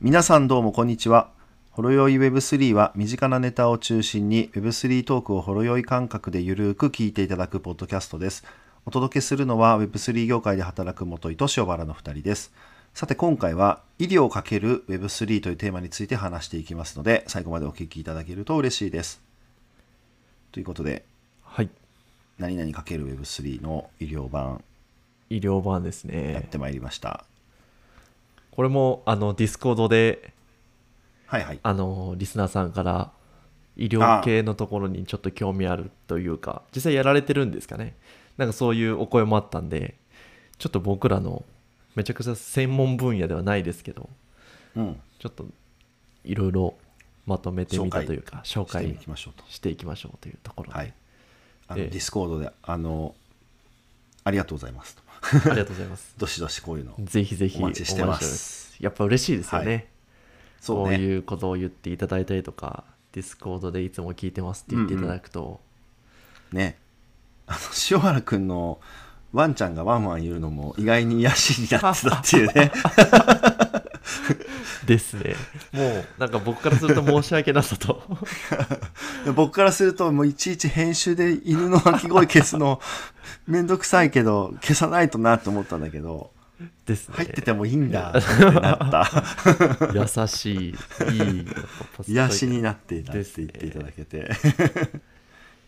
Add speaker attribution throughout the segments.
Speaker 1: 皆さんどうもこんにちは。ほろ酔い Web3 は身近なネタを中心に Web3 トークをほろ酔い感覚でゆるーく聞いていただくポッドキャストです。お届けするのは Web3 業界で働く元井と塩原の2人です。さて今回は医療 ×Web3 というテーマについて話していきますので最後までお聞きいただけると嬉しいです。ということで
Speaker 2: はい。
Speaker 1: 何々 ×Web3 の医療版
Speaker 2: 医療版です
Speaker 1: やっ
Speaker 2: ね。
Speaker 1: てまいりました。
Speaker 2: これも、あの、ディスコードで、
Speaker 1: はいはい。
Speaker 2: あの、リスナーさんから、医
Speaker 1: あ
Speaker 2: 療系のところにちょっと興味あるというか、実際やられてるんですかね。なんかそういうお声もあったんで、ちょっと僕らの、めちゃくちゃ専門分野ではないですけど、
Speaker 1: うん。
Speaker 2: ちょっと、いろいろまとめてみたというか、紹
Speaker 1: してい
Speaker 2: 介
Speaker 1: きましょうと。
Speaker 2: していきましょうというところで、
Speaker 1: はい。あの
Speaker 2: ええ
Speaker 1: ディスコードで、あの、ありがとうございますと。
Speaker 2: ありがとうございます。
Speaker 1: どしどしこういうの。
Speaker 2: ぜひぜひ
Speaker 1: お待ちしてます
Speaker 2: お待ちしておりまやっぱ嬉しいですよね。
Speaker 1: はいそ
Speaker 2: こ
Speaker 1: う
Speaker 2: う
Speaker 1: ね。
Speaker 2: いうことを言っていただいたりとか、ディスコードでいつも聞いてますって言っていただくと、
Speaker 1: ね。あの、塩原くんのワンちゃんがワンワン言うのも意外に癒しになってたっていう ね。
Speaker 2: です ね。もう、なんか僕からすると申し訳なさと。
Speaker 1: 僕からすると、もういちいち編集で犬の鳴き声消すの、めんどくさいけど、消さないとなと思ったんだけど、
Speaker 2: ですね。
Speaker 1: 入っててもいいんだってな った。
Speaker 2: 優しい、いい、なんかポストイ
Speaker 1: 癒しになっていたって
Speaker 2: です
Speaker 1: 言
Speaker 2: ね
Speaker 1: っていただけ て。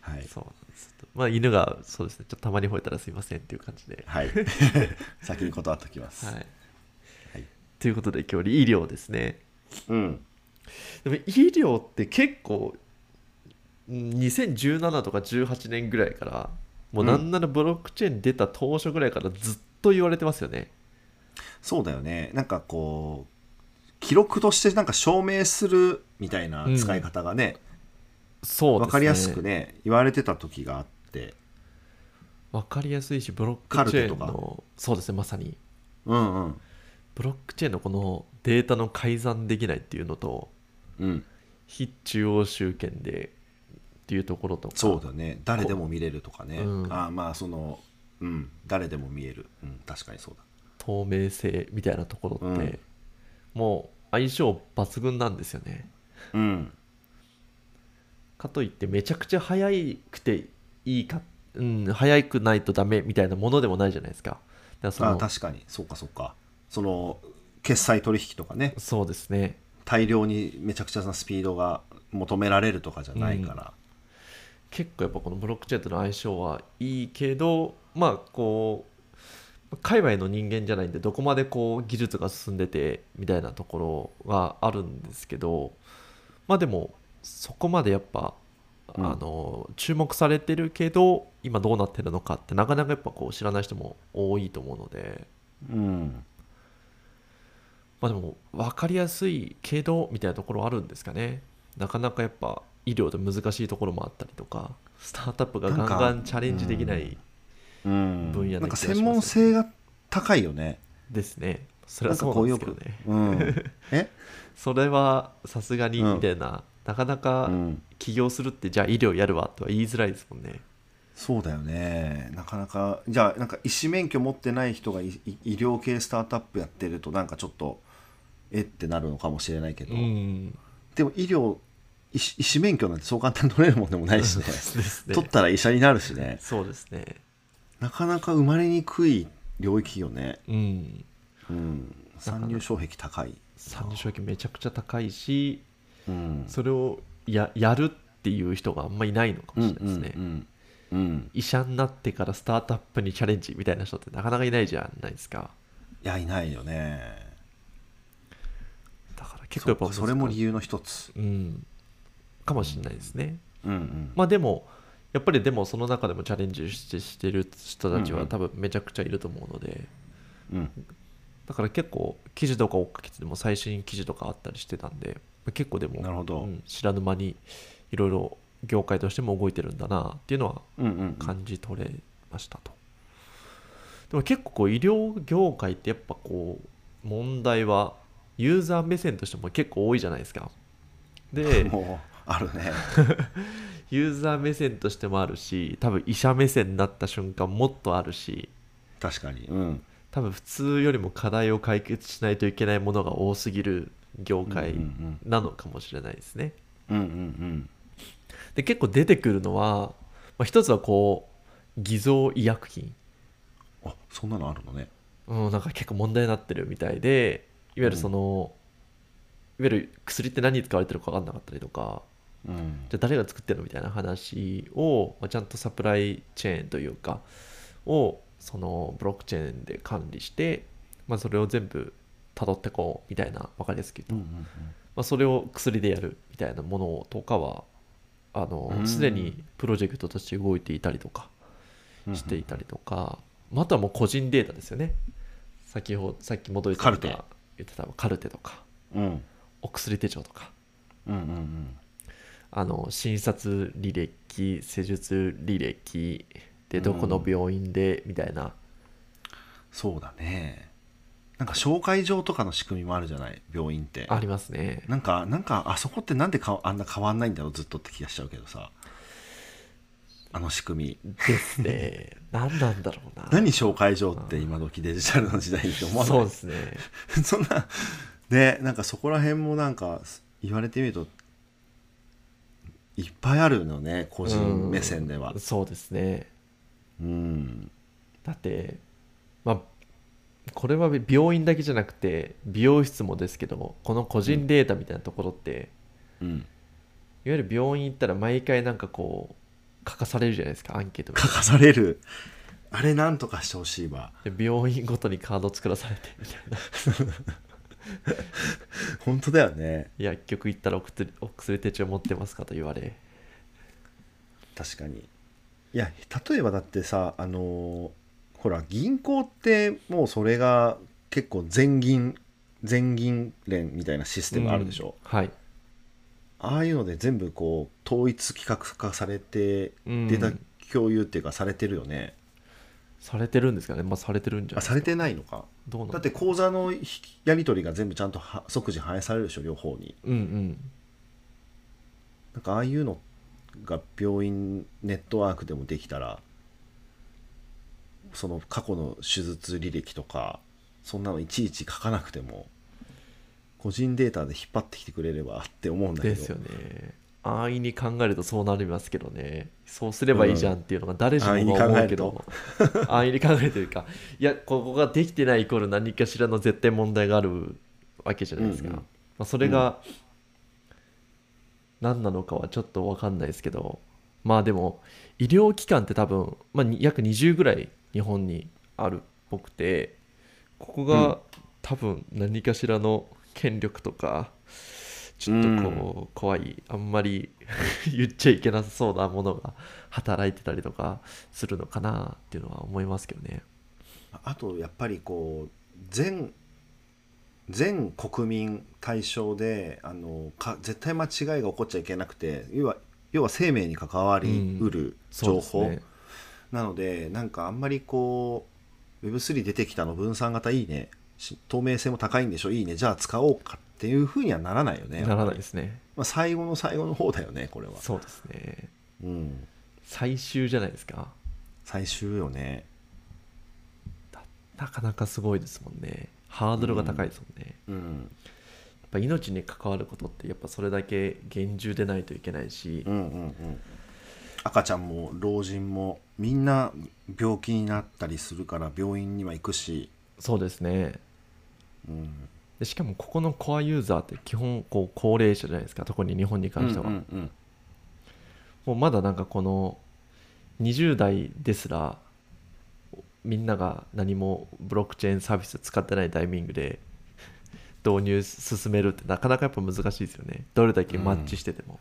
Speaker 1: はい。
Speaker 2: そうなんです。まあ、犬が、そうですね、ちょっとたまに吠えたらすいませんっていう感じで。
Speaker 1: はい。 先に断っときます。
Speaker 2: はい。
Speaker 1: はい
Speaker 2: ということで、今日、医療ですね。
Speaker 1: うん。
Speaker 2: でも、医療って結構、うん2017とか18年ぐらいから、もうなんならブロックチェーン出た当初ぐらいからずっと言われてますよね。
Speaker 1: そうだよねなんかこう記録としてなんか証明するみたいな使い方がね、
Speaker 2: そう
Speaker 1: わ
Speaker 2: ですね。
Speaker 1: かりやすくね言われてた時があって
Speaker 2: わかりやすいし、ブロックチェーン
Speaker 1: カルテ
Speaker 2: の、そうですね、まさに。
Speaker 1: うんうん
Speaker 2: ブロックチェーンのこのデータの改ざんできないっていうのと、
Speaker 1: うん
Speaker 2: 非中央集権でっていうところとか、
Speaker 1: そうだね誰でも見れるとかね、
Speaker 2: うん
Speaker 1: ああまあそのうん誰でも見える、うん、確かにそうだ
Speaker 2: 透明性みたいなところって、
Speaker 1: うん
Speaker 2: もう相性抜群なんですよね。
Speaker 1: うん
Speaker 2: かといって、めちゃくちゃ早くていいか、うん、早くないとダメみたいなものでもないじゃないですか。だからそ
Speaker 1: あ
Speaker 2: の
Speaker 1: 確かにそうかそうかその決済取引とかね
Speaker 2: そうですね。
Speaker 1: 大量にめちゃくちゃなスピードが求められるとかじゃないから、
Speaker 2: 結構やっぱこのブロックチェーンとの相性はいいけどまあこう界隈の人間じゃないんでどこまでこう技術が進んでてみたいなところがあるんですけどまあでもそこまでやっぱ、
Speaker 1: うん
Speaker 2: あの注目されてるけど今どうなってるのかってなかなかやっぱこう知らない人も多いと思うので
Speaker 1: うん
Speaker 2: まあでも分かりやすいけどみたいなところはあるんですかねなかなかやっぱ医療で難しいところもあったりとかスタートアップがガンガンチャレンジできない
Speaker 1: うん、
Speaker 2: 分野
Speaker 1: なん
Speaker 2: な気
Speaker 1: か
Speaker 2: がします
Speaker 1: 専門性が高いよね
Speaker 2: ですねそれ
Speaker 1: な
Speaker 2: は
Speaker 1: んか
Speaker 2: そ
Speaker 1: こ
Speaker 2: うなん
Speaker 1: うよ
Speaker 2: ですけど
Speaker 1: く
Speaker 2: ね、
Speaker 1: うん、 え、
Speaker 2: それはさすがに
Speaker 1: うん
Speaker 2: みたいな、なかな
Speaker 1: う
Speaker 2: か
Speaker 1: ん、
Speaker 2: 起業するってじゃあ医療やるわとは言いづらいですもんね
Speaker 1: そうだよねなかなかじゃあなんか医師免許持ってない人がいい医療系スタートアップやってるとなんかちょっとえってなるのかもしれないけど、
Speaker 2: うん
Speaker 1: でも医療医師医師免許なんてそう簡単に取れるもんでもないしね
Speaker 2: ですね
Speaker 1: 取ったら医者になるしね
Speaker 2: そうですね
Speaker 1: なかなか生まれにくい領域よね、
Speaker 2: うん
Speaker 1: うん、参入障壁高い、
Speaker 2: 参入障壁めちゃくちゃ高いし
Speaker 1: うん、
Speaker 2: それをややるっていう人があんまいないのかもしれないですね、
Speaker 1: うんうんうんうん、
Speaker 2: 医者になってからスタートアップにチャレンジみたいな人ってなかなかいないじゃないですか
Speaker 1: いやいないよね
Speaker 2: だから結構やっぱ
Speaker 1: そっかそれも
Speaker 2: 難
Speaker 1: 理
Speaker 2: しい
Speaker 1: 由の一つ、
Speaker 2: うんかもしれないですね、
Speaker 1: うんうん、
Speaker 2: まあでもやっぱりでもその中でもチャレンジしてしてる人たち
Speaker 1: うんう
Speaker 2: は
Speaker 1: ん
Speaker 2: 多分めちゃくちゃいると思うので、
Speaker 1: うん
Speaker 2: だから結構記事とか追っかけてても最新記事とかあったりしてたんで結構でも
Speaker 1: なるほど
Speaker 2: うん知らぬ間にいろいろ業界としても動いてるんだなっていうのは
Speaker 1: うんうんうん
Speaker 2: 感じ取れましたと、でも結構こう医療業界ってやっぱこう問題はユーザー目線としても結構多いじゃないですかで
Speaker 1: もうあるね
Speaker 2: ユーザー目線としてもあるし多分医者目線になった瞬間もっとあるし
Speaker 1: 確かにうん
Speaker 2: 多分普通よりも課題を解決しないといけないものが多すぎる業界
Speaker 1: うん
Speaker 2: なのかもしれないですね。
Speaker 1: うんうんうん
Speaker 2: で結構出てくるのは、まあ、一つはこう偽造医薬品、
Speaker 1: うんあそんなのあるのね
Speaker 2: うん、なんか結構問題になってるみたいでいわゆるその、いわゆる薬って何に使われてるか分かんなかったりとか
Speaker 1: うん
Speaker 2: じゃあ誰が作ってるのみたいな話を、まあ、ちゃんとサプライチェーンというかをそのブロックチェーンで管理して、まあ、それを全部辿ってこうみたいな分かりやすく言うと
Speaker 1: うんうん
Speaker 2: まあ、それを薬でやるみたいなものとかはあの
Speaker 1: うん
Speaker 2: すでにプロジェクトとして動いていたりとか
Speaker 1: うん
Speaker 2: していたりとか、まああとはもう個人データですよね先ほどさっき戻り
Speaker 1: カルテ
Speaker 2: 言ってたカルテとか
Speaker 1: うんうん
Speaker 2: お薬手帳とか
Speaker 1: うんうん
Speaker 2: あの診察履歴施術履歴でどこの病院でみたいな、
Speaker 1: そうだねなんか紹介状とかの仕組みもあるじゃない病院って
Speaker 2: ありますね
Speaker 1: なんかなんかあそこってなんでかあんな変わんないんだろうずっとって気がしちゃうけどさあの仕組み
Speaker 2: ですね何なんだろうな
Speaker 1: 何紹介状って今時デジタルの時代にって思わない
Speaker 2: そうですね
Speaker 1: そんなねなんかそこら辺もなんか言われてみるといっぱいあるのね個人目線では
Speaker 2: うんそうですね
Speaker 1: うん
Speaker 2: だってまあこれは病院だけじゃなくて美容室もですけどこの個人データみたいなところって、
Speaker 1: うん
Speaker 2: いわゆる病院行ったら毎回なんかこう書かされるじゃないですかアンケートみたい
Speaker 1: 書かされるあれなんとかしてほしいわ
Speaker 2: なで病院ごとにカード作らされてみたいな
Speaker 1: 本当だよね
Speaker 2: 薬局行ったらお薬お薬手帳持ってますかと言われ
Speaker 1: 確かにいや例えばだってさあのーほら銀行ってもうそれが結構全銀全銀連みたいなシステムあるでしょ、
Speaker 2: うんはい
Speaker 1: ああいうので全部こう統一規格化されて
Speaker 2: うん
Speaker 1: データ共有っていうかされてるよね、
Speaker 2: されてるんですかねまあされてるんじ
Speaker 1: あ
Speaker 2: ゃない
Speaker 1: されてないのか
Speaker 2: どうなん
Speaker 1: だって口座の引きやり取りが全部ちゃんとは即時反映されるでしょ両方に
Speaker 2: うんうん
Speaker 1: なんかああいうのが病院ネットワークでもできたらその過去の手術履歴とかそんなのいちいち書かなくても個人データで引っ張ってきてくれればって思うんだけど
Speaker 2: ですよね安易に考えるとそうなりますけどねそうすればいいじゃんっていうのが誰しもが思うけど、安易に考えるというかいやここができてないイコール何かしらの絶対問題があるわけじゃないですか、
Speaker 1: うんうん
Speaker 2: まあ、それが何なのかはちょっと分かんないですけどまあでも医療機関って多分、まあ、に約20ぐらい日本にあるっぽくてここ
Speaker 1: うん
Speaker 2: が多分何かしらの権力とかちょっとこう怖いあんまり 言っちゃいけなさそうなものが働いてたりとかするのかなっていうのは思いますけどね。
Speaker 1: あとやっぱりこう全全国民対象であのか絶対間違いが起こっちゃいけなくて要は要は生命に関わりうる
Speaker 2: そう
Speaker 1: 情
Speaker 2: です
Speaker 1: 報、
Speaker 2: ね
Speaker 1: なのでなんかあんまりこう Web3 出てきたの分散型いいねし透明性も高いんでしょいいねじゃあ使おうかっていうふうにはならないよね、
Speaker 2: ならないですね。
Speaker 1: まあ、最後の最後の方だよねこれは、
Speaker 2: そうですね。
Speaker 1: うん、
Speaker 2: 最終じゃないですか。
Speaker 1: 最終よね
Speaker 2: なかなかすごいですもんね。ハードルが高いですもんね。
Speaker 1: うん
Speaker 2: やっぱ命に関わることってやっぱそれだけ厳重でないといけないし
Speaker 1: う、んうんうん赤ちゃんも老人もみんな病気になったりするから病院には行くし、
Speaker 2: そうですね。
Speaker 1: うん、
Speaker 2: でしかもここのコアユーザーって基本こう高齢者じゃないですか特に日本に関しては、
Speaker 1: うんうんうん
Speaker 2: もうまだなんかこの20代ですらみんなが何もブロックチェーンサービス使ってないタイミングで導入進めるってなかなかやっぱ難しいですよねどれだけマッチしてても、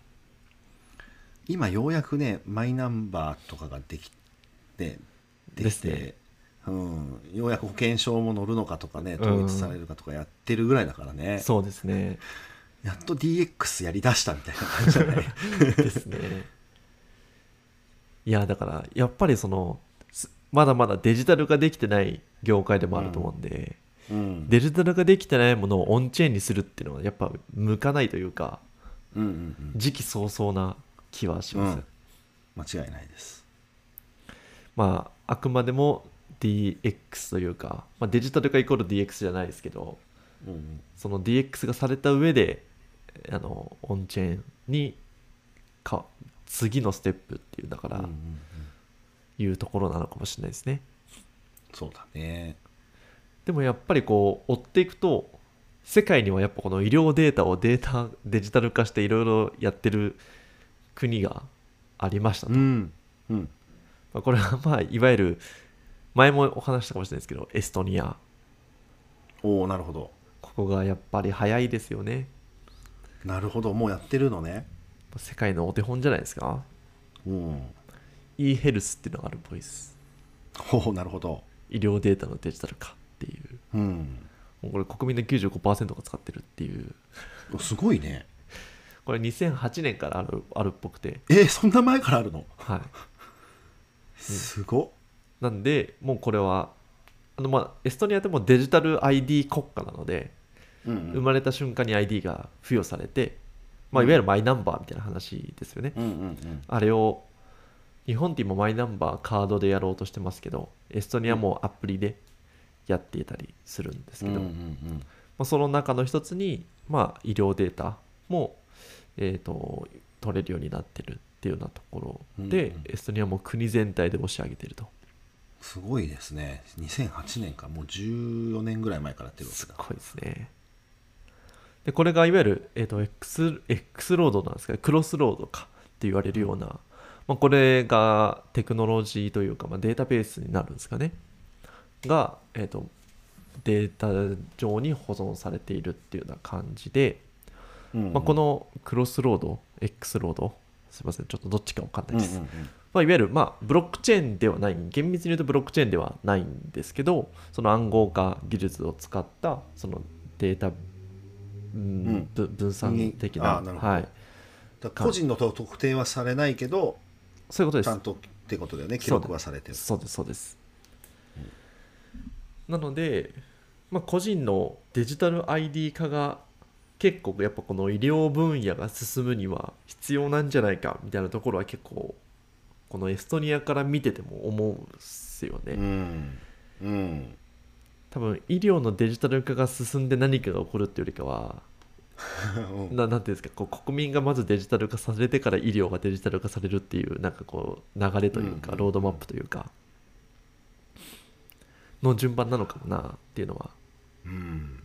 Speaker 1: 今ようやくねマイナンバーとかができてで
Speaker 2: で
Speaker 1: き
Speaker 2: す
Speaker 1: て、
Speaker 2: ね
Speaker 1: うん、ようやく保険証も乗るのかとかね統一されるかとかやってるぐらいだからね、
Speaker 2: そうですね
Speaker 1: やっと DX やりだしたみたいな感じじゃない
Speaker 2: ですねいやだからやっぱりそのすまだまだデジタル化できてない業界でもあると思うん
Speaker 1: うん
Speaker 2: で、デジタル化できてないものをオンチェーンにするっていうのはやっぱ向かないというか
Speaker 1: うんうんうん
Speaker 2: 時期尚早な気はします、
Speaker 1: うん間違いないです
Speaker 2: まああくまでも DX というか、まあ、デジタル化イコール DX じゃないですけど
Speaker 1: うん
Speaker 2: その DX がされた上であのオンチェーンにか次のステップっていうだか
Speaker 1: うんう
Speaker 2: ら
Speaker 1: ん
Speaker 2: いうところなのかもしれないですね
Speaker 1: そうだね
Speaker 2: でもやっぱりこう追っていくと世界にはやっぱこの医療データをデータデジタル化していろいろやってる国がありましたと、
Speaker 1: うんうん
Speaker 2: まあこれはまあいわゆる前もお話ししたかもしれないですけどエストニア
Speaker 1: おおなるほど
Speaker 2: ここがやっぱり早いですよね
Speaker 1: なるほどもうやってるのね
Speaker 2: 世界のお手本じゃないですか
Speaker 1: うん
Speaker 2: e ヘルスっていうのがあるっぽいです
Speaker 1: おおなるほど
Speaker 2: 医療データのデジタル化っていう
Speaker 1: うん
Speaker 2: もうこれ国民の95%が使ってるっていう
Speaker 1: すごいね
Speaker 2: これ2008年からあるあるっぽくて
Speaker 1: えーそんな前からあるの
Speaker 2: はい
Speaker 1: すごっ
Speaker 2: なんでもうこれはあのまあエストニアってもうデジタル ID 国家なので
Speaker 1: うんう
Speaker 2: 生
Speaker 1: ん
Speaker 2: まれた瞬間に ID が付与されて、ま
Speaker 1: う
Speaker 2: あ、い
Speaker 1: ん
Speaker 2: わゆるマイナンバーみたいな話ですよね、
Speaker 1: うんうん
Speaker 2: あれを日本って今マイナンバーカードでやろうとしてますけどエストニアもアプリでやっていたりするんです
Speaker 1: う
Speaker 2: け
Speaker 1: んうん
Speaker 2: ど、
Speaker 1: う
Speaker 2: ま
Speaker 1: ん
Speaker 2: あ、その中の一つに、まあ、医療データも、えー、と取れるようになってるっていうようなところで、
Speaker 1: うんうん
Speaker 2: エストニアも国全体で押し上げてると
Speaker 1: すごいですね2008年かもう14年ぐらい前からやってるわ
Speaker 2: す
Speaker 1: け
Speaker 2: っ
Speaker 1: だ
Speaker 2: ごいですねでこれがいわゆる、えー、と X, X ロードなんですけどクロスロードかって言われるような、まあ、これがテクノロジーというか、まあ、データベースになるんですかねが、えー、とデータ上に保存されているっていうような感じで、
Speaker 1: うんうん
Speaker 2: まあ、このクロスロード X ロードすいませんちょっとどっちか分かんな
Speaker 1: う
Speaker 2: い
Speaker 1: んう
Speaker 2: で
Speaker 1: ん
Speaker 2: す、まあ、いわゆる、まあ、ブロックチェーンではない厳密に言うとブロックチェーンではないんですけどその暗号化技術を使ったそのデータ、うん
Speaker 1: うん
Speaker 2: ぶ分散的
Speaker 1: 人間
Speaker 2: な
Speaker 1: あなるほど
Speaker 2: はい、
Speaker 1: だから個人のと特定はされないけど
Speaker 2: そういうことで
Speaker 1: ちゃん
Speaker 2: す
Speaker 1: とってことだよね記録はされてる
Speaker 2: そうですそうです、なので、まあ、個人のデジタル ID 化が結構やっぱこの医療分野が進むには必要なんじゃないかみたいなところは結構このエストニアから見てても思うんですよね、
Speaker 1: うんうん
Speaker 2: 多分医療のデジタル化が進んで何かが起こるっていうよりかは
Speaker 1: うん
Speaker 2: ななんていうんですかこう国民がまずデジタル化されてから医療がデジタル化されるっていうなんかこう流れという
Speaker 1: うんう
Speaker 2: か
Speaker 1: ん
Speaker 2: ロードマップというかの順番なのかもなっていうのは、
Speaker 1: うん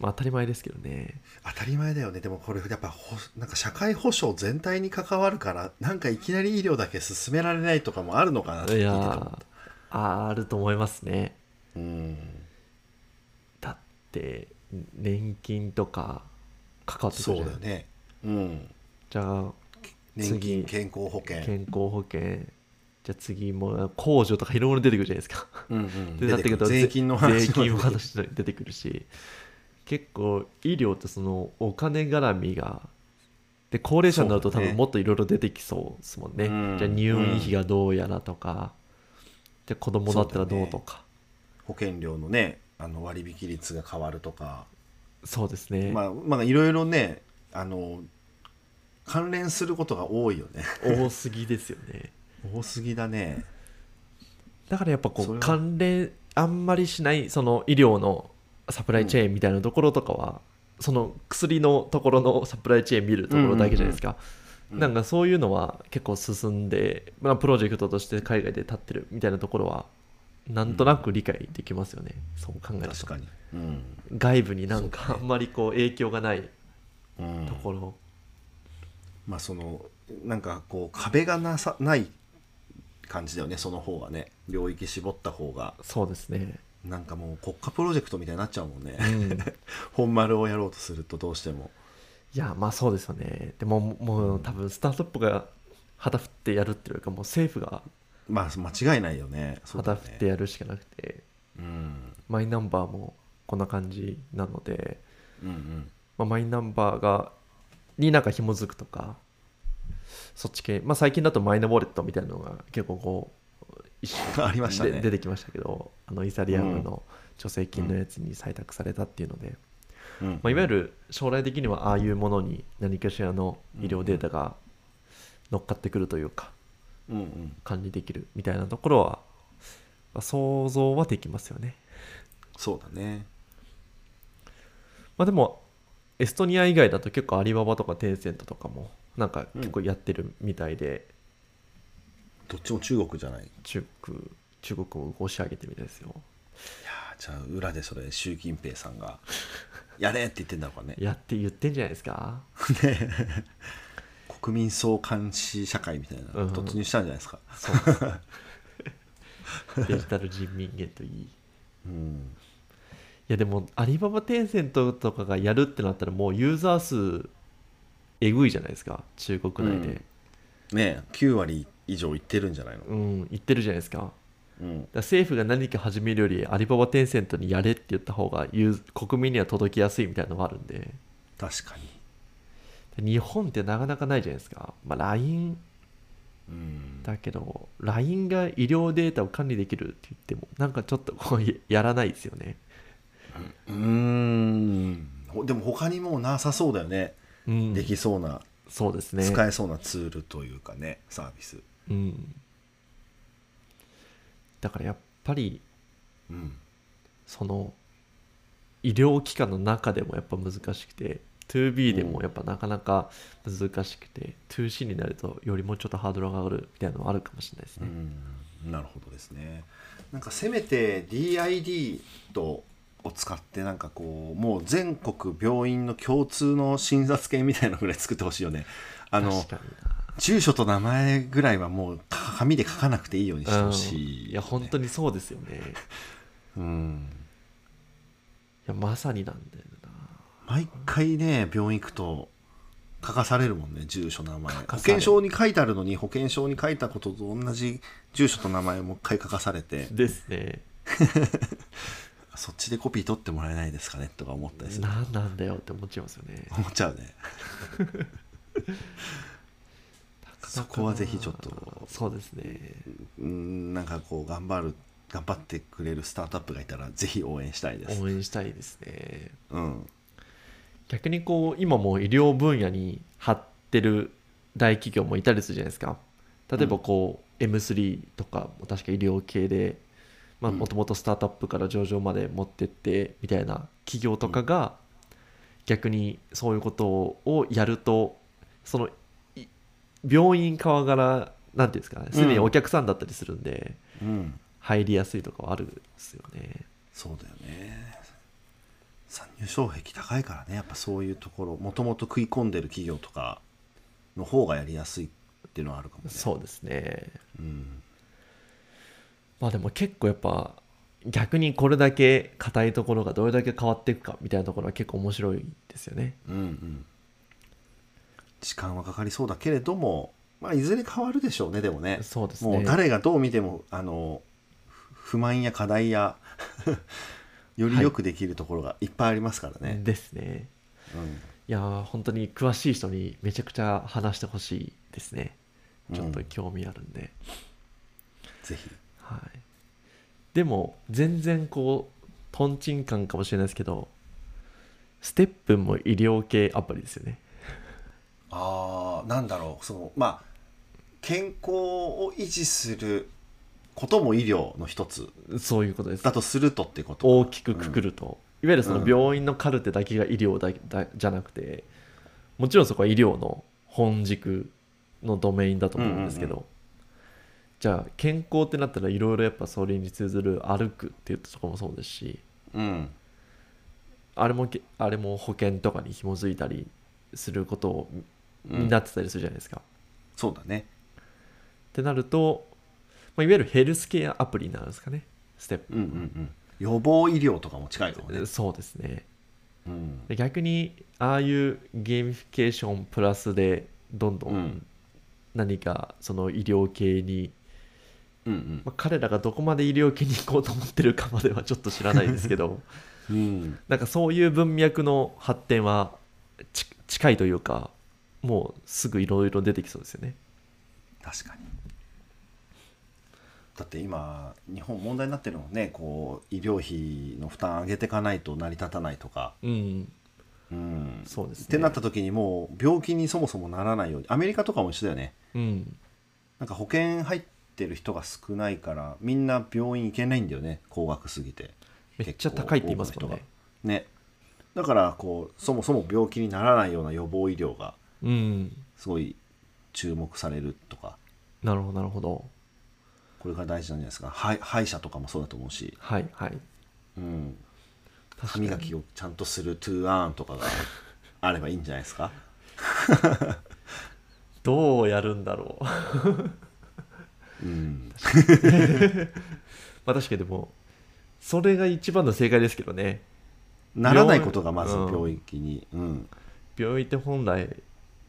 Speaker 2: まあ、当たり前ですけどね
Speaker 1: 当たり前だよねでもこれやっぱほなんか社会保障全体に関わるからなんかいきなり医療だけ進められないとかもあるのかなって聞い
Speaker 2: い
Speaker 1: て
Speaker 2: や
Speaker 1: た
Speaker 2: ーあーあると思いますね
Speaker 1: うん
Speaker 2: だって年金とか関わってく
Speaker 1: そ
Speaker 2: る
Speaker 1: う
Speaker 2: じゃ
Speaker 1: だ
Speaker 2: ない
Speaker 1: よねうん
Speaker 2: じゃあ
Speaker 1: 年金
Speaker 2: 次
Speaker 1: 健康保険
Speaker 2: 健康保険じゃあ次も控除とかいろいろ出てくるじゃないですか
Speaker 1: うんうん
Speaker 2: でなってくると
Speaker 1: 税金の話
Speaker 2: 税
Speaker 1: も
Speaker 2: 金の話も出てくるし結構医療ってそのお金絡みがで高齢者になると
Speaker 1: そ
Speaker 2: 多
Speaker 1: うだね
Speaker 2: 分もっといろいろ出てきそうですもんね
Speaker 1: うん
Speaker 2: じゃあ入院費がどうやらとか、じゃあ子供だったらどうとか
Speaker 1: 保険料のねあの割引率が変わるとか、
Speaker 2: そう,、ですね、
Speaker 1: まあまあいろいろねあの関連することが多いよね
Speaker 2: 多すぎですよ ね
Speaker 1: 多すぎだね
Speaker 2: だからやっぱこ
Speaker 1: それは
Speaker 2: う関連あんまりしないその医療のサプライチェーンみたいなところとかは、その薬のところのサプライチェーン見るところだけじゃないですか、
Speaker 1: うん
Speaker 2: なんかそういうのは結構進んで、まあ、プロジェクトとして海外で立ってるみたいなところはなんとなく理解できますよね、そう考える
Speaker 1: 確
Speaker 2: と
Speaker 1: かにうん、
Speaker 2: 外部になんか
Speaker 1: そ
Speaker 2: あ
Speaker 1: うね
Speaker 2: んまりこう影響がない
Speaker 1: うん
Speaker 2: と、ころ、
Speaker 1: まあそのなんかこう壁がなさない感じだよねその方がね領域絞った方が
Speaker 2: そうですね、
Speaker 1: なんかもう国家プロジェクトみたいになっちゃうもんね、
Speaker 2: うん、い
Speaker 1: 本丸をやろうとするとどうしても
Speaker 2: やまあそうですよねでももう多分スタートアップが旗振ってやるっていうよりかもう政府が
Speaker 1: まあ間違いないよねそうだ
Speaker 2: 旗
Speaker 1: よ
Speaker 2: 振って
Speaker 1: ね
Speaker 2: やるしかなくて、
Speaker 1: うん
Speaker 2: マイナンバーもこんな感じなので、
Speaker 1: うんうん
Speaker 2: まあ、マイナンバーがになんか紐づくとかそっち系、まあ、最近だとマイナウォレットみたいなのが結構こう一 緒
Speaker 1: ありましたね
Speaker 2: で出てきましたけどあのイサリアムの助成金のやつに採択されたっていうので、
Speaker 1: うん
Speaker 2: まあ、いわゆる将来的にはああいうものに何かしらの医療データが乗っかってくるというか
Speaker 1: うんうん
Speaker 2: 管理できるみたいなところは、まあ想像はできますよね。
Speaker 1: そうだね
Speaker 2: まあ、でもエストニア以外だと結構アリババとかテンセントとかもなんか結構やってるみたいで、
Speaker 1: どっちも中国じゃないいや
Speaker 2: 中国中国を押し上げてるみたいですよ
Speaker 1: ーじゃあ裏でそれ習近平さん が「やれ!」って言ってんだろうね
Speaker 2: やって言ってんじゃないです か
Speaker 1: 国民総監視社会みたいな
Speaker 2: うんうん
Speaker 1: 突入したんじゃないですか、
Speaker 2: そうですデジタル人民元といいい
Speaker 1: うん、
Speaker 2: やでもアリババテンセントとかがやるってなったらもうユーザー数えぐいじゃないですか中国内で
Speaker 1: ねえ9割以上いってるんじゃないの、
Speaker 2: うん、言ってるじゃないですかだか
Speaker 1: うん、
Speaker 2: ら政府が何か始めるよりアリババテンセントにやれって言った方がユー国民には届きやすいみたいなのがあるんで
Speaker 1: 確かに、
Speaker 2: 日本ってなかなかないじゃないですか、まあ、LINE
Speaker 1: うん、
Speaker 2: だけど LINE が医療データを管理できるって言ってもなんかちょっとこうややらないですよね
Speaker 1: うーんほでも他にもうなさそうだよね、
Speaker 2: うん
Speaker 1: できそうな
Speaker 2: そうですね
Speaker 1: 使えそうなツールというかねサービス、
Speaker 2: うんだからやっぱり
Speaker 1: うん、
Speaker 2: その医療機関の中でもやっぱ難しくて 2B でもやっぱなかなか難しくて、2C になるとよりもうちょっとハードルが上がるみたいなのはあるかもしれないです
Speaker 1: う
Speaker 2: ね、
Speaker 1: んなるほどですねなんかせめて DID とを使ってなんかこうもう全国病院の共通の診察券みたいなのぐらい作ってほしいよねあの
Speaker 2: 確かに
Speaker 1: 住所と名前ぐらいはもう紙で書かなくていいようにして
Speaker 2: な、う
Speaker 1: ほ
Speaker 2: ん、
Speaker 1: しい、
Speaker 2: いや本当にそうですよねい
Speaker 1: うん
Speaker 2: やまさになんだよな
Speaker 1: 毎回ね病院行くと書かされるもんね住所名前
Speaker 2: か
Speaker 1: 保
Speaker 2: され
Speaker 1: 険
Speaker 2: る
Speaker 1: 証に書いてあるのに保険証に書いたことと同じ住所と名前をもう一回書かされて
Speaker 2: ですね
Speaker 1: そっちでコピー取ってもらえないですかねとか思ったりする
Speaker 2: 何なんだよって思っちゃいますよね
Speaker 1: 思っちゃうねそこはぜひちょっと
Speaker 2: そうですね
Speaker 1: うんなんかこう頑張る頑張ってくれるスタートアップがいたらぜひ応援したいです
Speaker 2: 応援したいですね
Speaker 1: うん
Speaker 2: 逆にこう今もう医療分野に張ってる大企業もいたりするじゃないですか例えばこう、M3 とかも確か医療系でまあ
Speaker 1: うん
Speaker 2: もともとスタートアップから上場まで持ってってみたいな企業とかが逆にそういうことをやるとそのい病院側からなんていうんですかねすでにお客さんだったりするんで、
Speaker 1: うん
Speaker 2: 入りやすいとかはあるんですよね
Speaker 1: そうだよね参入障壁高いからねやっぱそういうところもともと食い込んでる企業とかの方がやりやすいっていうのはあるかもね
Speaker 2: そうですね
Speaker 1: うん
Speaker 2: まあでも結構やっぱ逆にこれだけ硬いところがどれだけ変わっていくかみたいなところは結構面白いですよね
Speaker 1: うんうん時間はかかりそうだけれども、まあ、いずれ変わるでしょうねでもね
Speaker 2: そうですね
Speaker 1: もう誰がどう見てもあのふ不満や課題や よりよくできるところがいっぱいありますからね、
Speaker 2: ですねいやー本当に詳しい人にめちゃくちゃ話してほしいですね
Speaker 1: うん、
Speaker 2: ちょっと
Speaker 1: うん
Speaker 2: 興味あるんで、
Speaker 1: ぜひ
Speaker 2: はいでも全然こうとんちん感かもしれないですけどステップンも医療系アプリですよね
Speaker 1: あーなんだろうそのまあ健康を維持することも医療の一つ
Speaker 2: そういうことです
Speaker 1: だとするとってこと
Speaker 2: 大きくくくると、いわゆるその
Speaker 1: うん
Speaker 2: 病院のカルテだけが医療だだじゃなくてもちろんそこは医療の本軸のドメインだと思うんですけど、
Speaker 1: うん
Speaker 2: じゃあ健康ってなったらいろいろやっぱそれに通ずる歩くっていうところもそうですし
Speaker 1: うん
Speaker 2: あれもけあれも保険とかに紐づいたりすることを
Speaker 1: う
Speaker 2: に
Speaker 1: ん
Speaker 2: なってたりするじゃないですか。
Speaker 1: そうだね
Speaker 2: ってなると、まあ、いわゆるヘルスケアアプリになるんですかねステップ、
Speaker 1: うんうんうん予防医療とかも近いかもね、
Speaker 2: そうですね。
Speaker 1: うん
Speaker 2: で逆にああいうゲーミフィケーションプラスでどんど
Speaker 1: うんん
Speaker 2: 何かその医療系に、
Speaker 1: うんうん
Speaker 2: まあ、彼らがどこまで医療系に行こうと思ってるかまではちょっと知らないですけ ど
Speaker 1: うん
Speaker 2: なんかそういう文脈の発展はち近いというかもうすぐいろいろ出てきそうですよね。
Speaker 1: 確かにだって今日本問題になってるのはねこう医療費の負担上げていかないと成り立たないとか
Speaker 2: うん、
Speaker 1: うん
Speaker 2: そうですね。
Speaker 1: ってなった時にもう病気にそもそもならないようにアメリカとかも一緒だよね
Speaker 2: うん、
Speaker 1: なんか保険入ってる人が少ないからみんな病院行けないんだよね高額すぎて
Speaker 2: めっちゃ高いって言いますもん
Speaker 1: 結構多くの
Speaker 2: ね
Speaker 1: 人がねだからこうそもそも病気にならないような予防医療が
Speaker 2: うん
Speaker 1: すごい注目されるとか
Speaker 2: なるほどなるほど
Speaker 1: これが大事なんじゃないですか歯歯医者とかもそうだと思うし、
Speaker 2: はいはい
Speaker 1: うん、
Speaker 2: 確
Speaker 1: 歯
Speaker 2: かに
Speaker 1: 磨きをちゃんとするトゥーアーンとか があればいいんじゃないですか
Speaker 2: どうやるんだろうま
Speaker 1: うん
Speaker 2: あ確かにでもそれが一番の正解ですけどね
Speaker 1: ならないことがまず
Speaker 2: うん
Speaker 1: 病気に、うん、
Speaker 2: 病院って本来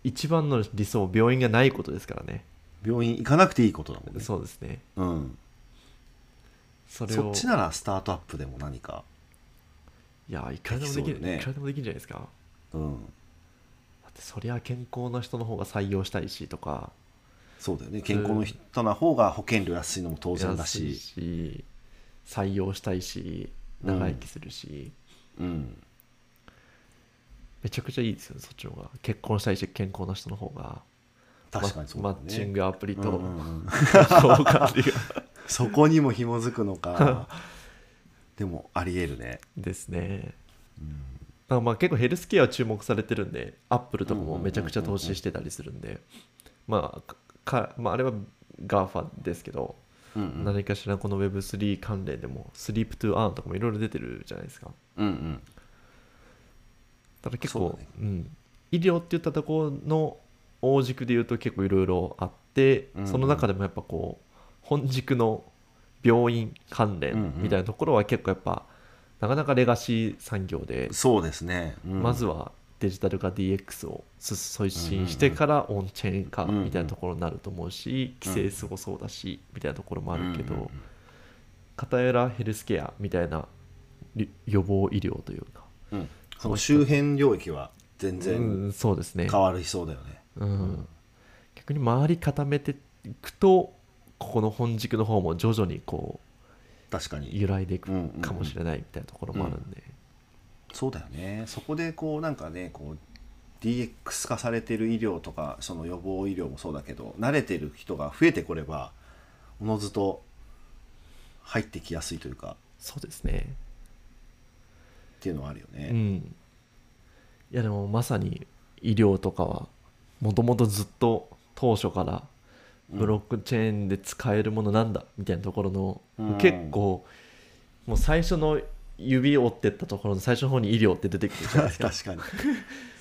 Speaker 2: 一番の理想病院がないことですからね
Speaker 1: 病院行かなくていいことだもんね、
Speaker 2: そうですね
Speaker 1: うん、
Speaker 2: それ
Speaker 1: そ
Speaker 2: を
Speaker 1: っちならスタートアップでも何か、
Speaker 2: いやいくらでもでき
Speaker 1: できそう
Speaker 2: る
Speaker 1: だね
Speaker 2: いくらでもできるんじゃないですかだ
Speaker 1: うん、
Speaker 2: ってそりゃ健康な人の方が採用したいしとか
Speaker 1: そうだよね健康の人な方が保険料安いのも当然だ
Speaker 2: 安い
Speaker 1: し、
Speaker 2: し採用したいし
Speaker 1: うん
Speaker 2: 長生きするし、
Speaker 1: うん、
Speaker 2: めちゃくちゃいいですよねそっちの方が結婚したいし健康な人の方が
Speaker 1: 確かにそうだ
Speaker 2: マ
Speaker 1: よ
Speaker 2: ッ
Speaker 1: ね
Speaker 2: マッチングアプリ
Speaker 1: うん
Speaker 2: と
Speaker 1: うんうん
Speaker 2: 健康管理が
Speaker 1: そこにも紐づくの かでもありえるね、
Speaker 2: ですね
Speaker 1: うん
Speaker 2: まあまあ結構ヘルスケアは注目されてるんでアップルとか
Speaker 1: うんうんうん
Speaker 2: も
Speaker 1: うん
Speaker 2: めちゃくちゃ投資してたりするんでまあか、まあ、あれは GAFA ですけど、
Speaker 1: うんうん
Speaker 2: 何かしらこの Web3 関連でもスリープトゥーアーンとかもいろいろ出てるじゃないですか
Speaker 1: うんうん
Speaker 2: ただ結
Speaker 1: そう
Speaker 2: 構
Speaker 1: だね
Speaker 2: うん、医療って言ったところの大軸で言うと結構いろいろあって、
Speaker 1: うんうん
Speaker 2: その中でもやっぱこう本軸の病院関連みたいなところは結構やっぱなかなかレガシー産業で
Speaker 1: そうですね、うん
Speaker 2: まずはデジタル化 DX を推進してからオンチェーン化みたいなところになると思うし規制すごそうだしみたいなところもあるけ
Speaker 1: うんうんう
Speaker 2: ど
Speaker 1: ん
Speaker 2: 片やヘルスケアみたいなり予防医療というか
Speaker 1: うんその周辺領域は全
Speaker 2: う
Speaker 1: 然
Speaker 2: んそうですね
Speaker 1: 変わりそうだよね、
Speaker 2: うん逆に周り固めていくとここの本軸の方も徐々にこ
Speaker 1: 確か
Speaker 2: う
Speaker 1: に
Speaker 2: 揺らいでいく
Speaker 1: うんうんうん
Speaker 2: かもしれないみたいなところもあるんで
Speaker 1: そうだよねそこでこうなんかねこう DX 化されてる医療とかその予防医療もそうだけど慣れてる人が増えてこればおのずと入ってきやすいというか
Speaker 2: そうですね
Speaker 1: っていうのはあるよね、
Speaker 2: うん、いやでもまさに医療とかはもともとずっと当初からブロックチェーンで使えるものなんだみたいなところの、
Speaker 1: うん
Speaker 2: 結構もう最初の指を折ってったところの最初の方に医療って出てくるじゃないです か
Speaker 1: 確かに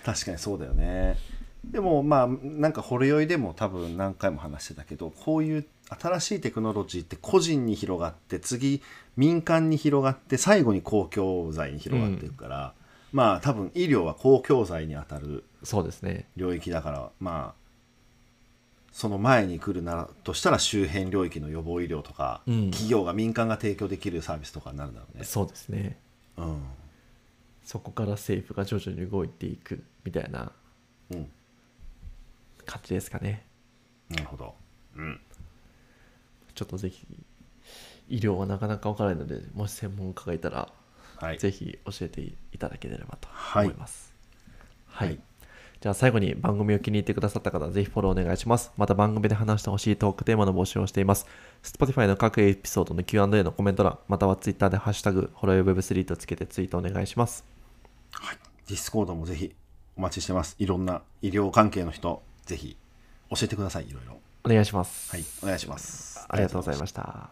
Speaker 1: 確かにそうだよねでもまあなんかほろ酔いでも多分何回も話してたけどこういう新しいテクノロジーって個人に広がって次民間に広がって最後に公共財に広がっていくから、まあ多分医療は公共財にあたる
Speaker 2: そうですね
Speaker 1: 領域だからまあその前に来るならとしたら周辺領域の予防医療とか、
Speaker 2: うん
Speaker 1: 企業が民間が提供できるサービスとかになるんだろうね。
Speaker 2: そうですね
Speaker 1: うん
Speaker 2: そこから政府が徐々に動いていくみたいな
Speaker 1: うん、
Speaker 2: 感じですかね
Speaker 1: なるほど、うん
Speaker 2: ちょっとぜひ医療はなかなかわからないのでもし専門家がいたら
Speaker 1: はい、
Speaker 2: ぜひ教えていただければと
Speaker 1: はい
Speaker 2: 思います。はい。
Speaker 1: はい
Speaker 2: じゃあ最後に番組を気に入ってくださった方はぜひフォローお願いします。また番組で話してほしいトークテーマの募集をしています。Spotify の各エピソードの Q&A のコメント欄、または Twitter でハッシュタグ、ホロヨ Web3 とつけてツイートお願いします。
Speaker 1: はい、ディスコードもぜひお待ちしてます。いろんな医療関係の人、ぜひ教えてください、いろいろ。
Speaker 2: お願いします。
Speaker 1: はい、お願いします。
Speaker 2: ありがとうございました。